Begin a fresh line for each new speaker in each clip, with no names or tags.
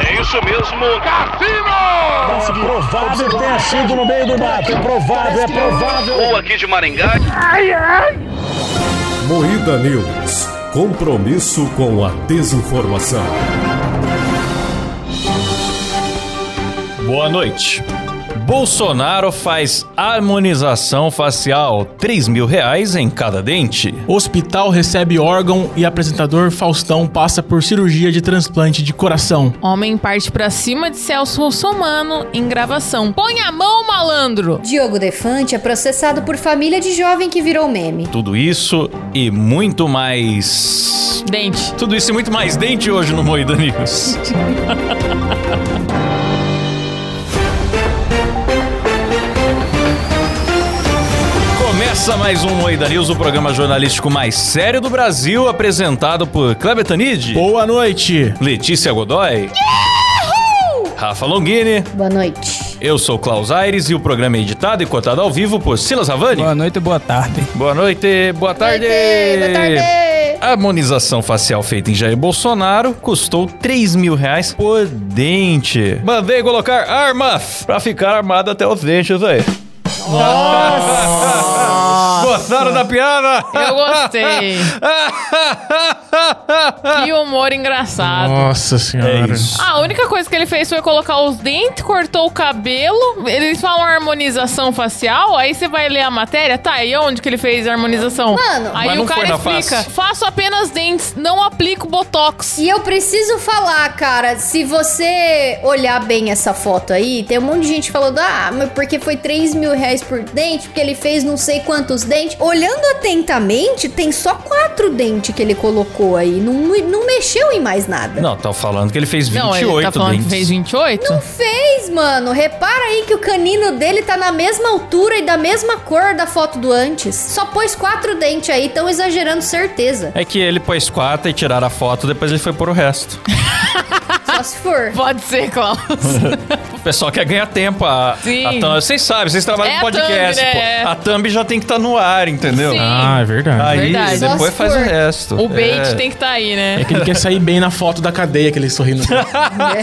É isso mesmo, Cassino!
Mas provável tenha sido no meio do mato. É provável, é provável.
Ou aqui de Maringá.
Moída News. Compromisso com a desinformação.
Boa noite. Bolsonaro faz harmonização facial, 3 mil reais em cada dente.
Hospital recebe órgão e apresentador Faustão passa por cirurgia de transplante de coração.
Homem parte pra cima de Celso Russomano em gravação. Põe a mão, malandro!
Diogo Defante é processado por família de jovem que virou meme.
Tudo isso e muito mais.
Dente.
Tudo isso e muito mais dente hoje no Moída News. Começa mais um Moída News, o programa jornalístico mais sério do Brasil, apresentado por Kleber Tanid,
Boa noite.
Letícia Godoy, Rafa Longini,
Boa noite.
eu sou Klaus Aires e o programa é editado e cortado ao vivo por Silas Havani.
Boa noite e boa tarde.
Boa noite, boa tarde.
Boa tarde.
A harmonização facial feita em Jair Bolsonaro custou 3 mil reais por dente. Mandei colocar armas pra ficar armado até os dentes aí. Nossa! Gostaram da piada?
Eu gostei. que humor engraçado.
Nossa senhora.
É isso.
A única coisa que ele fez foi colocar os dentes, cortou o cabelo. Eles falam harmonização facial, aí você vai ler a matéria, tá? E onde que ele fez a harmonização?
Mano.
aí
Mas
o
não
cara
foi na
explica:
face.
faço apenas dentes, não aplico botox.
E eu preciso falar, cara, se você olhar bem essa foto aí, tem um monte de gente falando, ah, mas porque foi 3 mil reais por dente, porque ele fez não sei quantos dentes. Olhando atentamente, tem só quatro dentes que ele colocou aí, não, não mexeu em mais nada.
Não, tá falando que ele fez 28
não, ele tá falando
dentes.
que fez 28?
Não fez, mano. Repara aí que o canino dele tá na mesma altura e da mesma cor da foto do antes. Só pôs quatro dentes aí, tão exagerando certeza.
É que ele pôs quatro e tiraram a foto, depois ele foi por o resto.
Só se for.
Pode ser, Klaus.
O pessoal quer ganhar tempo. A,
Sim.
a thumb, vocês sabem, vocês trabalham
É
com
a thumb,
podcast,
né?
pô.
É.
A thumb já tem que estar no ar, entendeu?
Sim.
Ah, é verdade.
Aí
Verdade.
Só
depois
se
faz o
for.
resto.
o bait
É.
tem que tá aí,
É
né?
que ele quer sair bem na foto da cadeia, aquele sorrindo.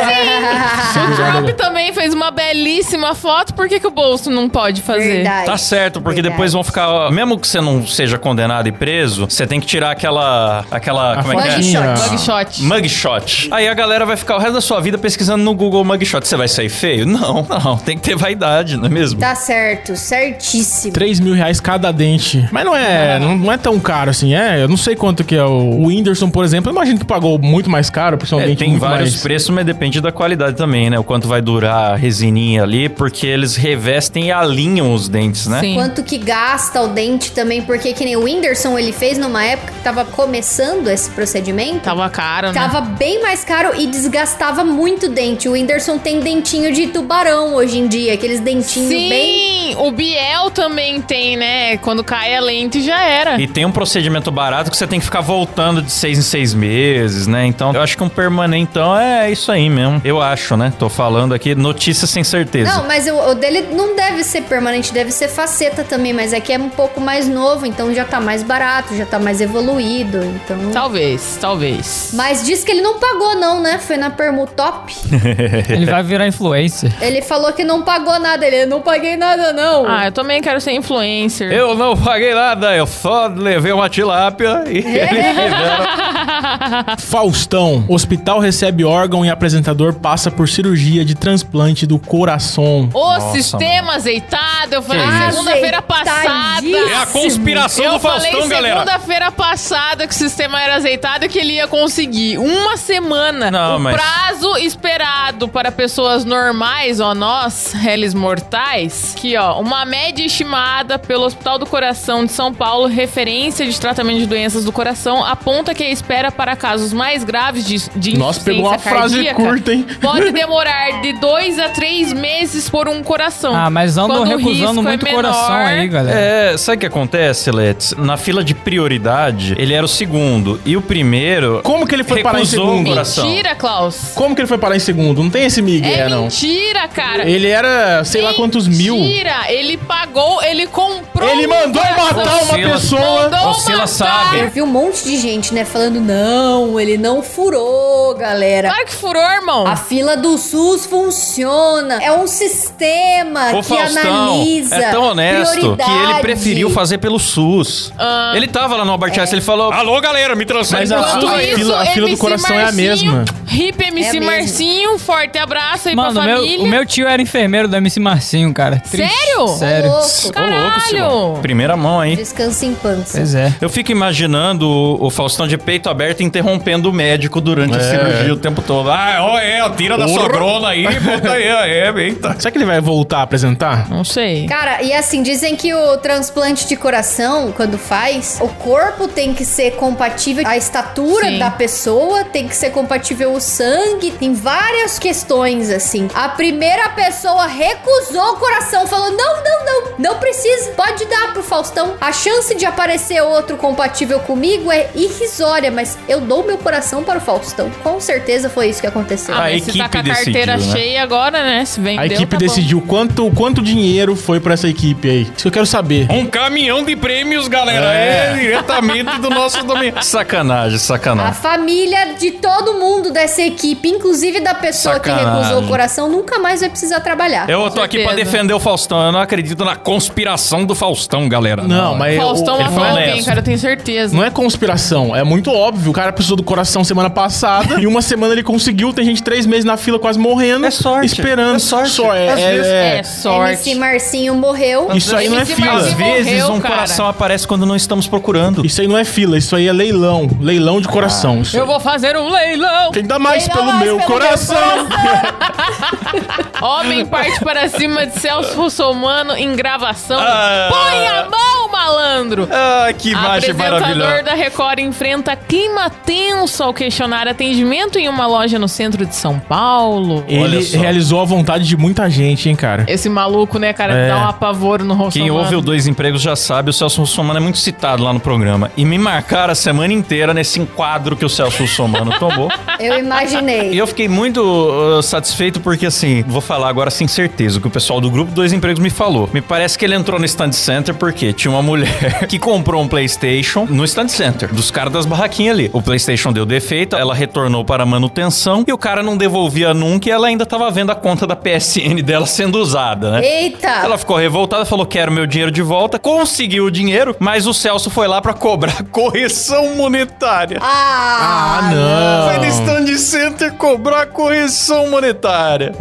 O Trump também fez uma belíssima foto, por que, que o bolso não pode fazer?
Verdade.
Tá certo, porque
Verdade.
depois vão ficar. ó, Mesmo que você não seja condenado e preso, você tem que tirar aquela. aquela.
A
como é que é?
fotinha.
Mugshot.
Mugshot. Aí a galera vai ficar o resto da sua vida pesquisando no Google Mugshot. Você vai sair feio? Não, não. Tem que ter vaidade, não é mesmo?
Tá certo, certíssimo.
3 mil reais cada dente. Mas não é, não, não é tão caro assim, é? Eu não sei quanto que é o, o Whindersson, por exemplo. Eu imagino que pagou muito mais caro, porque é um
É,
dente
tem
muito
vários
mais...
preços, mas depende da qualidade também, né? O quanto vai durar a resininha ali, porque eles revestem e alinham os dentes, né?
Sim.
Quanto que gasta o dente também, porque que nem o Whindersson ele fez numa época que tava começando esse procedimento.
Tava caro, né?
Tava bem mais caro e desgastava muito o dente. O Whindersson tem dentinho de tubarão hoje em dia, aqueles dentinhos
Sim,
bem.
o Biel também tem, né? Quando cai a lente já era.
E tem um procedimento barato que você tem que ficar voltando de seis em seis meses, né? Então, eu acho que um permanentão é isso aí mesmo. Eu acho, né? Tô falando aqui notícia sem certeza.
Não, mas o, o dele não deve ser permanente, deve ser faceta também, mas aqui é um pouco mais novo, então já tá mais barato, já tá mais evoluído, então.
Talvez, talvez.
Mas diz que ele não pagou, não, né? Foi na Permutop.
Ele vai virar influencer.
ele falou que não pagou nada. Ele não paguei nada, não.
Ah, eu também quero ser influencer.
Eu não paguei nada, eu só levei uma tilápia e eles fizeram.
Faustão. Hospital recebe órgão e apresentador passa por cirurgia de transplante do coração.
O sistema azeitado, eu falei
isso?
segunda-feira passada.
Azeitadíssimo.
É a conspiração
Eu
do
falei
Faustão, galera.
segunda-feira passada que o sistema era azeitado e que ele ia conseguir uma semana.
Não,
o
mas-
prazo esperado para pessoas normais, ó, nós, réis mortais, que ó, uma média estimada pelo Hospital do Coração de São Paulo, referência de tratamento de doenças do coração, aponta que a espera para casos mais graves de, de
Nossa, pegou uma
insuficiência
frase
cardíaca
curta, hein?
Pode demorar de dois a três meses por um coração.
Ah, mas andam
Quando o risco
recusando
é
muito
menor,
coração aí, galera.
É, sabe o que acontece, Let's? Na fila de prioridade, ele era o segundo. E o primeiro.
Como que ele foi parar em
recusou o
segundo?
coração.
Mentira, Klaus.
Como como que ele foi parar em segundo? Não tem esse Miguel,
É
não.
mentira, cara.
Ele era, sei lá quantos mil.
Mentira, ele pagou, ele comprou.
Ele
um
mandou
coração.
matar uma
Sela-
pessoa.
Mandou
Você ela
matar.
sabe.
Eu vi um monte de gente, né, falando, não, ele não furou, galera.
Claro que furou, irmão.
A fila do SUS funciona. É um sistema
O
que
Faustão
analisa.
é tão honesto que ele
prioridade. Tá
preferiu fazer pelo SUS. Ele tava lá no Albert Einstein, ele falou: Alô, galera, me transfere
Mas
pro
a
SUS
fila-
aí."
fila- a fila do
MC
coração é a
Marcinho,
mesma.
Hip MC
É a mesma.
Marcinho, forte abraço aí
Mano,
pra
o meu,
família.
o meu tio era enfermeiro do MC Marcinho, cara. Triste.
Sério?
Sério.
Louco.
Ô, louco, Simão.
Caralho!
Primeira mão, hein?
Descansa em pança.
Pois é.
Eu fico imaginando o, o Faustão de peito aberto interrompendo o médico durante a
É.
cirurgia o tempo todo. Ah, ó, é, tira da
Porra.
sua grona aí, bota aí, ó, é, eita.
Será que ele vai voltar a apresentar?
Não sei.
Cara, e assim, dizem que o transplante de coração, quando faz, o corpo tem que ser compatível, a estatura
Sim.
da pessoa tem que ser compatível o sangue, tem várias questões, assim. A primeira pessoa recusou o coração, falou: não, não, não, não precisa, pode dar pro Faustão. A chance de aparecer outro compatível comigo é irrisória, mas eu dou meu coração para o Faustão. Com certeza foi isso que aconteceu.
A
mas se tá
equipe
com a carteira
decidiu, né?
cheia agora, né? Se vendeu,
A equipe
tá bom.
decidiu quanto, quanto dinheiro foi pra essa equipe aí. Isso que eu quero saber.
Um caminhão de prêmios, galera. É, diretamente do nosso domínio. Sacanagem,
A
sacanagem.
Ah, família de todo mundo dessa equipe, inclusive da pessoa que
Sacanagem.
recusou o coração, nunca mais vai precisar trabalhar.
Eu tô aqui pra
certeza.
defender o Faustão. Eu não acredito na conspiração do Faustão, galera.
Não, mas.
Faustão
o- ele
matou
foi
alguém,
honesto.
cara, eu tenho certeza.
Não é conspiração, é muito óbvio. O cara precisou do coração semana passada e uma semana ele conseguiu. Tem gente três meses na fila quase morrendo.
É sorte.
Esperando.
É sorte.
Só é,
Às
é-
vezes-
é-
É sorte.
MC Marcinho morreu.
Isso aí não é
MC
fila.
Às
Marcinho
vezes
morreu,
um
cara.
coração aparece quando não estamos procurando.
Isso aí não é fila, isso aí é leilão. Leilão de coração. Isso
Eu
aí.
vou fazer um leilão.
Quem dá mais
Quem dá
pelo
mais
meu
pelo
coração?
Homem parte para cima de Celso Russomano em gravação.
Ah.
Põe a mão, malandro!
Ah, que imagem
Apresentador
maravilhosa.
da Record enfrenta clima tenso ao questionar atendimento em uma loja no centro de São Paulo.
Ele
Olha só.
realizou a vontade de muita gente, hein, cara.
Esse maluco, né, cara,
É.
dá um apavoro no rosto.
Quem ouve o Dois Empregos já sabe, o Celso Russomano é muito citado lá no programa. E me marcaram a semana inteira nesse enquadro que o Celso Russomano tomou.
Eu imaginei.
E eu fiquei muito uh, satisfeito porque, assim, vou falar agora sem certeza o que o pessoal do grupo Dois Empregos me falou. Me parece que ele entrou no Stand Center porque tinha uma mulher que comprou um PlayStation no Stand Center, dos caras das barraquinhas ali. O PlayStation deu defeito, ela retornou para manutenção e o cara não devolvia nunca e ela ainda tava vendo a conta da PSN dela sendo usada, né?
Eita!
Ela ficou revoltada, falou: quero meu dinheiro de volta, conseguiu o dinheiro, mas o Celso foi lá pra cobrar correção monetária.
Ah,
Foi no stand center cobrar correção monetária.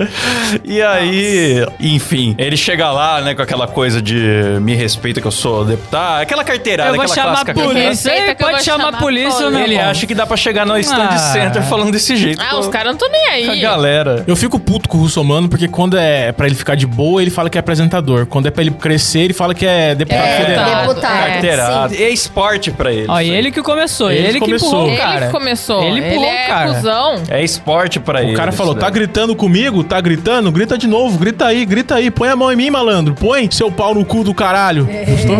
E aí, enfim, ele chega lá, né, com aquela coisa de me respeita que eu sou deputado, aquela carteirada,
Eu vou
aquela
chamar a
clássica carteirada.
polícia.
Aceita
Ei,
que eu vou
Pode chamar
chamar
a polícia,
a
né?
Ele
irmão?
acha que dá pra chegar no stand
Ah.
center falando desse jeito.
Ah,
Pô,
os caras não estão nem
com a
aí.
galera.
Eu fico puto com o Russomano, porque quando é pra ele ficar de boa, ele fala que é apresentador. Quando é pra ele crescer, ele fala que é deputado
É,
federal.
É,
deputado.
Tá Carteirada. É esporte pra ele.
Ó,
isso
e
aí.
ele que começou,
Ele
ele,
que
que
começou.
empurrou,
Ele
o cara.
que começou.
Ele empurrou,
é
cara.
cuzão.
É esporte pra ele. é
O cara falou,
isso
tá
daí.
gritando comigo? Tá gritando? Grita de novo, grita aí, grita aí. Põe a mão em mim, malandro. Põe seu pau no cu do caralho. Gostou?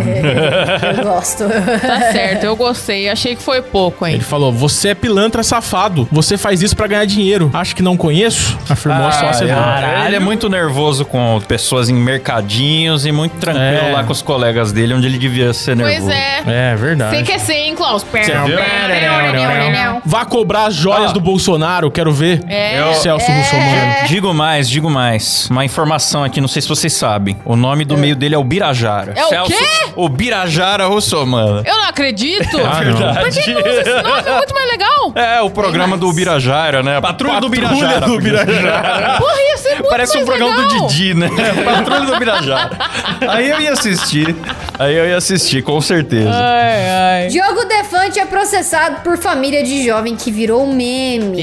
eu gosto.
Tá certo, eu gostei. Achei que foi pouco, hein?
Ele falou, você é pilantra safado. Você faz isso pra ganhar dinheiro. Acho que não conheço? Afirmou a sócia
é.
dele.
Caralho, Ele é muito nervoso com pessoas em mercadinhos e muito tranquilo
É.
lá com os colegas dele, onde ele devia ser nervoso.
Pois é.
É,
Você
verdade.
quer ser, hein, Klaus?
viu?
Vá cobrar as joias
Ó.
do Bolsonaro, quero ver.
É.
Celso Russomano.
Digo mais, digo mais. Uma informação aqui, não sei se vocês sabem. O nome do meio dele é o Birajara.
É o quê? É
O Birajara Russomano.
Eu não acredito.
Ah, não.
Por que ele não usa esse nome? É muito mais legal.
É, o programa do Birajara, né? Patrulha, do Birajara.
do
porque-
Birajara.
Porra, ia ser muito
É. Parece um
mais
programa
legal.
do Didi, né? Patrulha do Birajara. Aí eu ia assistir. Aí eu ia assistir, com certeza.
Ai, ai.
Diogo Defante é processado por família de jovem que virou um meme.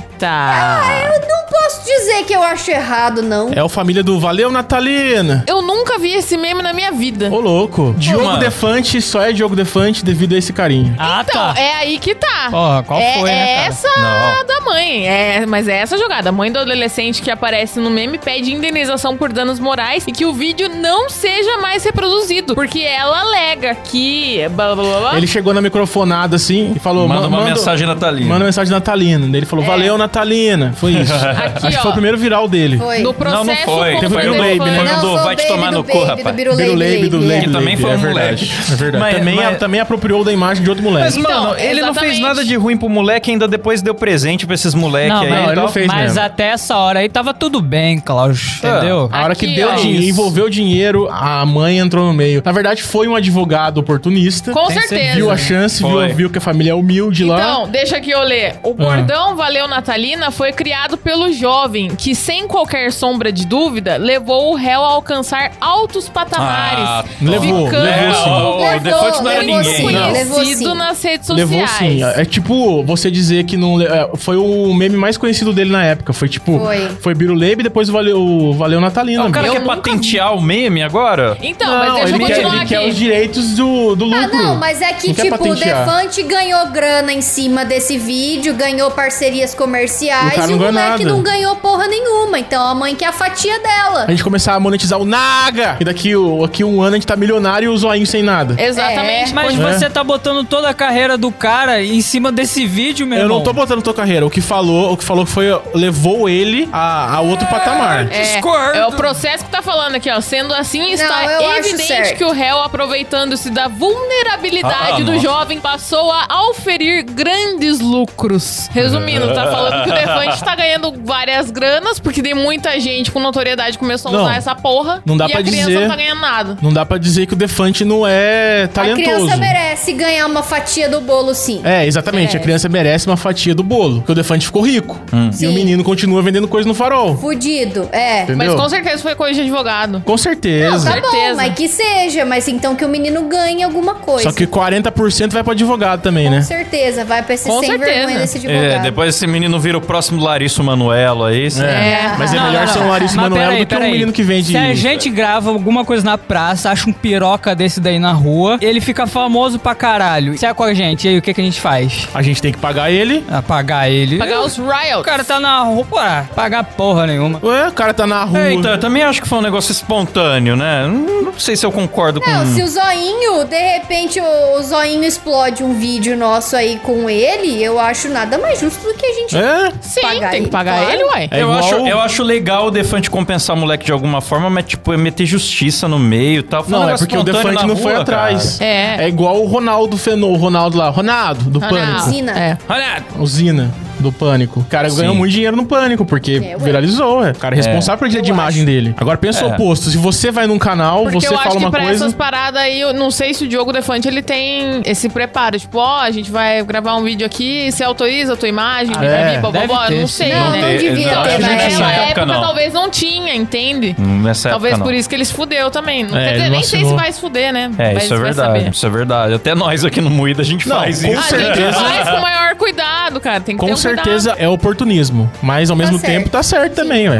Eita.
Eu não posso dizer dizer que eu acho errado, não.
É o família do Valeu Natalina.
Eu nunca vi esse meme na minha vida.
Ô, louco. Diogo
mano.
Defante só é Diogo Defante devido a esse carinho.
Ah,
Então,
tá.
é aí que tá.
Porra, qual
é,
foi,
é
né, cara?
essa
Não.
da mãe. É, mas é essa a jogada. A mãe do adolescente que aparece no meme pede indenização por danos morais e que o vídeo não seja mais reproduzido. Porque ela alega que. Blá, blá, blá, blá.
Ele chegou na microfonada assim e falou:
Manda
"Ma-
uma mensagem natalina."
Manda um uma mensagem natalina. Daí ele falou:
É.
Valeu, Natalina. Foi isso.
Aqui,
Acho que
ó.
foi o primeiro viral dele.
Foi.
No
Não,
processo
não foi.
contra
Foi
o
do
Baby,
elefante.
né?
Foi
Não,
do
sou
Vai te
baby
tomar
do
no
baby,
cu,
do
rapaz.
Birulei,
Pelo Lady, do
baby,
Lady.
é.
Que também foi
é
um
verdade.
moleque.
É verdade.
Mas-
também,
mas-
também apropriou da imagem de outro moleque.
Mas,
Então,
mano, ele não fez
exatamente.
nada de ruim pro moleque, ainda depois deu presente pra esses moleques
Não,
aí. tá?
mas,
ele
e tal.
não fez
mas
mesmo.
até essa hora aí tava tudo bem, Cláudio,
Tá.
É.
entendeu?
A hora que
Aqui,
deu
ó.
dinheiro,
Isso.
envolveu dinheiro, a mãe entrou no meio. Na verdade, foi um advogado oportunista.
Com
Tem que ser
né, Viu
certeza.
a chance,
Foi.
viu, viu que a família é humilde lá. Ah.
Então, deixa que eu ler. O bordão Valeu Natalina foi criado pelo jovem, que sem qualquer sombra de dúvida, levou o réu a alcançar altos patamares.
Ah,
levou,
ficando
levou sim.
ó, ó, o Defante não era
levou
ninguém.
sim,
não.
levou
conhecido
sim.
nas redes Então, sociais.
Levou sim. É tipo você dizer que não. le- é, Foi o meme mais conhecido dele na época. Foi tipo.
Foi.
Foi Biruleibe e depois o Valeu, o valeu Natalina.
O É um cara
Eu
quer
nunca
patentear o meme agora?
Então,
Não,
mas deixa eu
ele, quer,
continuar
ele quer os
aqui.
direitos do, do
Ah,
lucro.
não, mas é que,
Não quer
tipo, o
patentear.
Defante ganhou grana em cima desse vídeo, ganhou parcerias
O cara
comerciais e
não
o
ganhou
moleque
nada.
não ganhou porra nenhuma. Então a mãe quer a fatia dela.
A gente começar a monetizar o Naga. E daqui, o- daqui um ano a gente tá milionário e o zoinho sem nada.
Exatamente.
Mas
É.
você tá botando toda a carreira do cara em cima desse vídeo, meu
Eu
irmão.
não tô botando tua carreira. O que falou, o que falou foi levou ele a, a outro patamar.
É,
Discordo.
é o processo que tá falando aqui, ó. Sendo assim, está
eu acho
evidente
certo.
que o réu, aproveitando-se da vulnerabilidade
Ah,
do
nossa.
jovem, passou a auferir grandes lucros. Resumindo, tá falando que o Defante tá ganhando várias granas, porque tem muita gente com notoriedade que começou a
Não.
usar essa porra.
Não dá
e
pra
a criança
dizer.
não tá ganhando nada.
Não dá pra dizer que o Defante não é
A
talentoso.
criança merece ganhar uma fatia do bolo, sim.
É, exatamente. A criança merece uma fatia do bolo. Porque o Defante ficou rico.
Hum.
E o
Sim.
menino continua vendendo coisa no farol.
Fudido, é.
Entendeu?
Mas com certeza foi coisa de advogado.
Com certeza.
Tá bom,
certeza.
mas que seja, mas então que o menino ganhe alguma coisa.
Só que 40% vai pro advogado também,
Com
né?
certeza, vai pra esse
Com
sem
certeza.
vergonha desse
É,
advogado.
depois esse menino vira o próximo Larissa Manuelo aí. É.
Mas é
Não,
melhor
não,
ser um
não.
Larissa
Mas
Manoela
peraí,
do que um
peraí.
menino que vende.
Se a gente grava alguma coisa na praça, acha um piroca desse daí na rua, ele fica famoso pra caralho. Se é com a gente, aí o que, que a gente faz?
A gente tem que pagar ele.
Apagar ele.
Pagar os riots.
O cara tá na rua, pô, ah, pagar porra nenhuma.
Ué, o cara tá na rua.
É, então, eu também acho que foi um negócio espontâneo, né? Não, não sei se eu concordo com...
Não, É,
Hum.
se o zoinho, de repente o, o zoinho explode um vídeo nosso aí com ele, eu acho nada mais justo do que a gente.
É?
um
Sim,
pagar
tem
ele,
que pagar
claro.
ele, uai.
É
eu,
igual-
acho, eu acho legal o Defante compensar o moleque de alguma forma, mas, tipo, é meter justiça no meio e tal. Foi um
Não, é
negócio
porque o
espontâneo
Defante
na
não
rua,
foi
cara.
atrás.
É.
É igual o Ronaldo Fenô, o Ronaldo lá, Ronaldo, do
Ronaldo.
Pânico.
Zina.
É.
Olha,
O Zina, do Pânico. O cara ganhou muito dinheiro no Pânico, porque
ué.
viralizou, é. O cara é responsável pelo direito de imagem dele. Agora pensa o
É.
oposto. Se você vai num canal,
Porque
você
eu
fala
acho que
uma
pra
coisa.
essas paradas aí, eu não sei se o Diogo Defante ele tem esse preparo. Tipo, ó, a gente vai gravar um vídeo aqui, você autoriza a tua imagem, bibi,
é.
bibi,
Deve
bobó,
ter,
não
sim.
sei.
Não,
né?
não devia
Não,
ter,
não,
mas
não,
Naquela
nessa
época,
época não. Hum,
talvez não tinha, entende?
Nessa época,
talvez
não.
por isso que ele se fudeu também. Não,
É,
quer dizer,
ele
nem sei se
vacilou.
vai se fuder, né?
É,
Mas
isso é
vai
verdade.
saber. Ah,
Isso é verdade. Até nós aqui no Moída a gente
Não,
faz
com
isso.
A gente
certeza.
faz com o maior cuidado, cara. Tem que ter
Com
um
certeza
cuidado.
é oportunismo. Mas ao mesmo
certo.
tempo tá certo também, ué.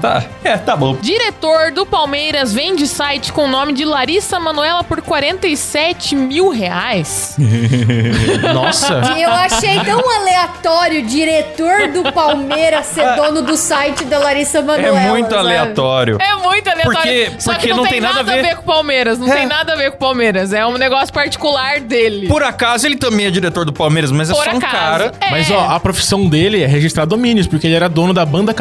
Tá. É, tá bom.
Diretor do Palmeiras vende site com o nome de Larissa Manoela por 47 mil reais.
Nossa.
Eu achei tão aleatório o diretor do Palmeiras ser dono do site da Larissa
É
Manoela.
muito
sabe?
aleatório.
É muito aleatório.
Porque-
Só
porque
que não, tem, nada, a ver, com o Palmeiras. Não
É.
tem nada a ver com o Palmeiras. É um negócio particular dele.
Por acaso ele também é diretor do Palmeiras, mas é
Por
só um
acaso.
cara.
É.
Mas ó, a profissão dele é registrar domínios, porque ele era dono da banda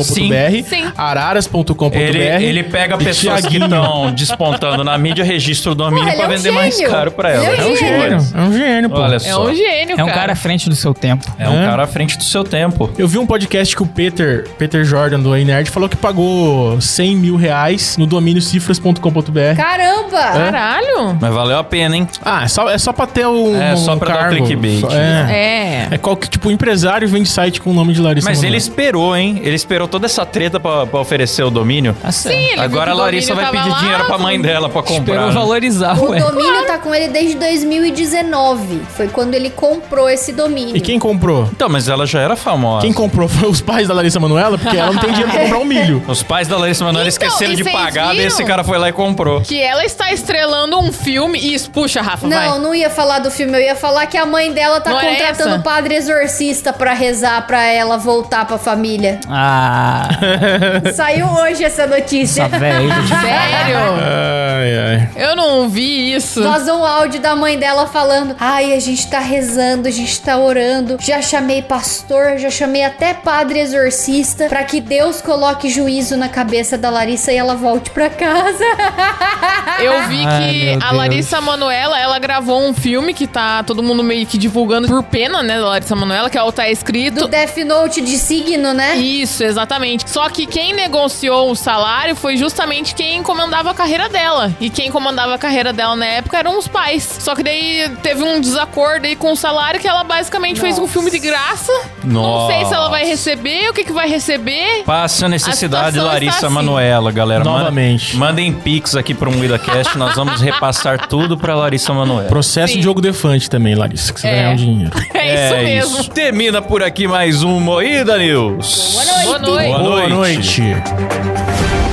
Sim,
sim. É.
araras.com.br.
Ele, ele pega
e
pessoas que
Thiaguinho.
estão despontando na mídia, registra o
Porra,
domínio
ele
pra
é um
vender mais
gênio.
caro pra
Ele
ela.
é um
É um gênio.
coisa.
É um gênio, pô.
Olha
É
só.
um gênio,
É um
cara.
cara à frente do seu tempo.
É um
É.
cara à frente do seu tempo.
Eu vi um podcast que o Peter, Peter Jordan do Ei Nerd falou que pagou 100 mil reais no domínio cifras.com.br.
Caramba!
Caralho.
Mas valeu a pena, hein?
Ah, é só, é só pra ter um.
É, só
um
pra dar o
cargo.
clickbait. né?
Só- é.
É.
É qualquer tipo empresário vende site com o nome de Larissa
Mas ele
Manoela.
esperou, hein? Ele esperou toda essa treta pra, pra oferecer o domínio.
Tá certo.
Sim, ele viu que
Agora a
o
Larissa
domínio
vai
tava
pedir
lá,
dinheiro pra mãe dela pra comprar.
Esperou
né?
valorizar,
O
ué.
domínio tá com ele desde 2019. Foi quando ele comprou esse domínio.
E quem comprou?
Então, mas ela já era famosa.
Quem comprou foi os pais da Larissa Manoela, porque ela não tem dinheiro pra comprar um milho.
Os pais da Larissa Manoela
Então,
esqueceram
e
de
vocês
pagar, daí
viram?
esse cara foi lá e comprou.
Que ela está estrelando um filme. e Isso, puxa, Rafa, vai.
Não, não ia falar do filme, eu ia falar que a mãe dela tá
Não era
contratando
essa?
o padre exorcista pra rezar pra ela voltar pra família.
Ah,
Saiu hoje essa notícia.
essa velha.
Sério?
Ai, ai.
Eu não vi isso.
Vazou um áudio da mãe dela falando: Ai, a gente tá rezando, a gente tá orando. Já chamei pastor, já chamei até padre exorcista pra que Deus coloque juízo na cabeça da Larissa e ela volte pra casa.
Eu vi
Ai,
que
meu
a
Deus.
Larissa Manoela, ela gravou um filme que tá todo mundo meio que divulgando por pena, né, da Larissa Manoela, que é o Tá Escrito.
Do Death Note de signo, né?
Isso, exatamente. Só que quem negociou o salário foi justamente quem comandava a carreira dela. E quem comandava a carreira dela na época eram os pais. Só que daí teve um desacordo aí com o salário que ela basicamente fez um filme de graça. Não
Nossa.
sei se ela vai receber, o que, que vai receber.
Passa a necessidade,
A situação
Larissa
está assim.
Manoela, galera. Manda-
Novamente.
Mandem pix aqui pro MuidaCast, nós vamos repassar tudo pra Larissa Manoela.
Processo
Sim.
de jogo defante também, Larissa, que você vai
É.
ganhar um dinheiro.
É, isso mesmo.
Termina por aqui mais um Moída News.
Boa noite.
Boa
Boa
noite.
noite.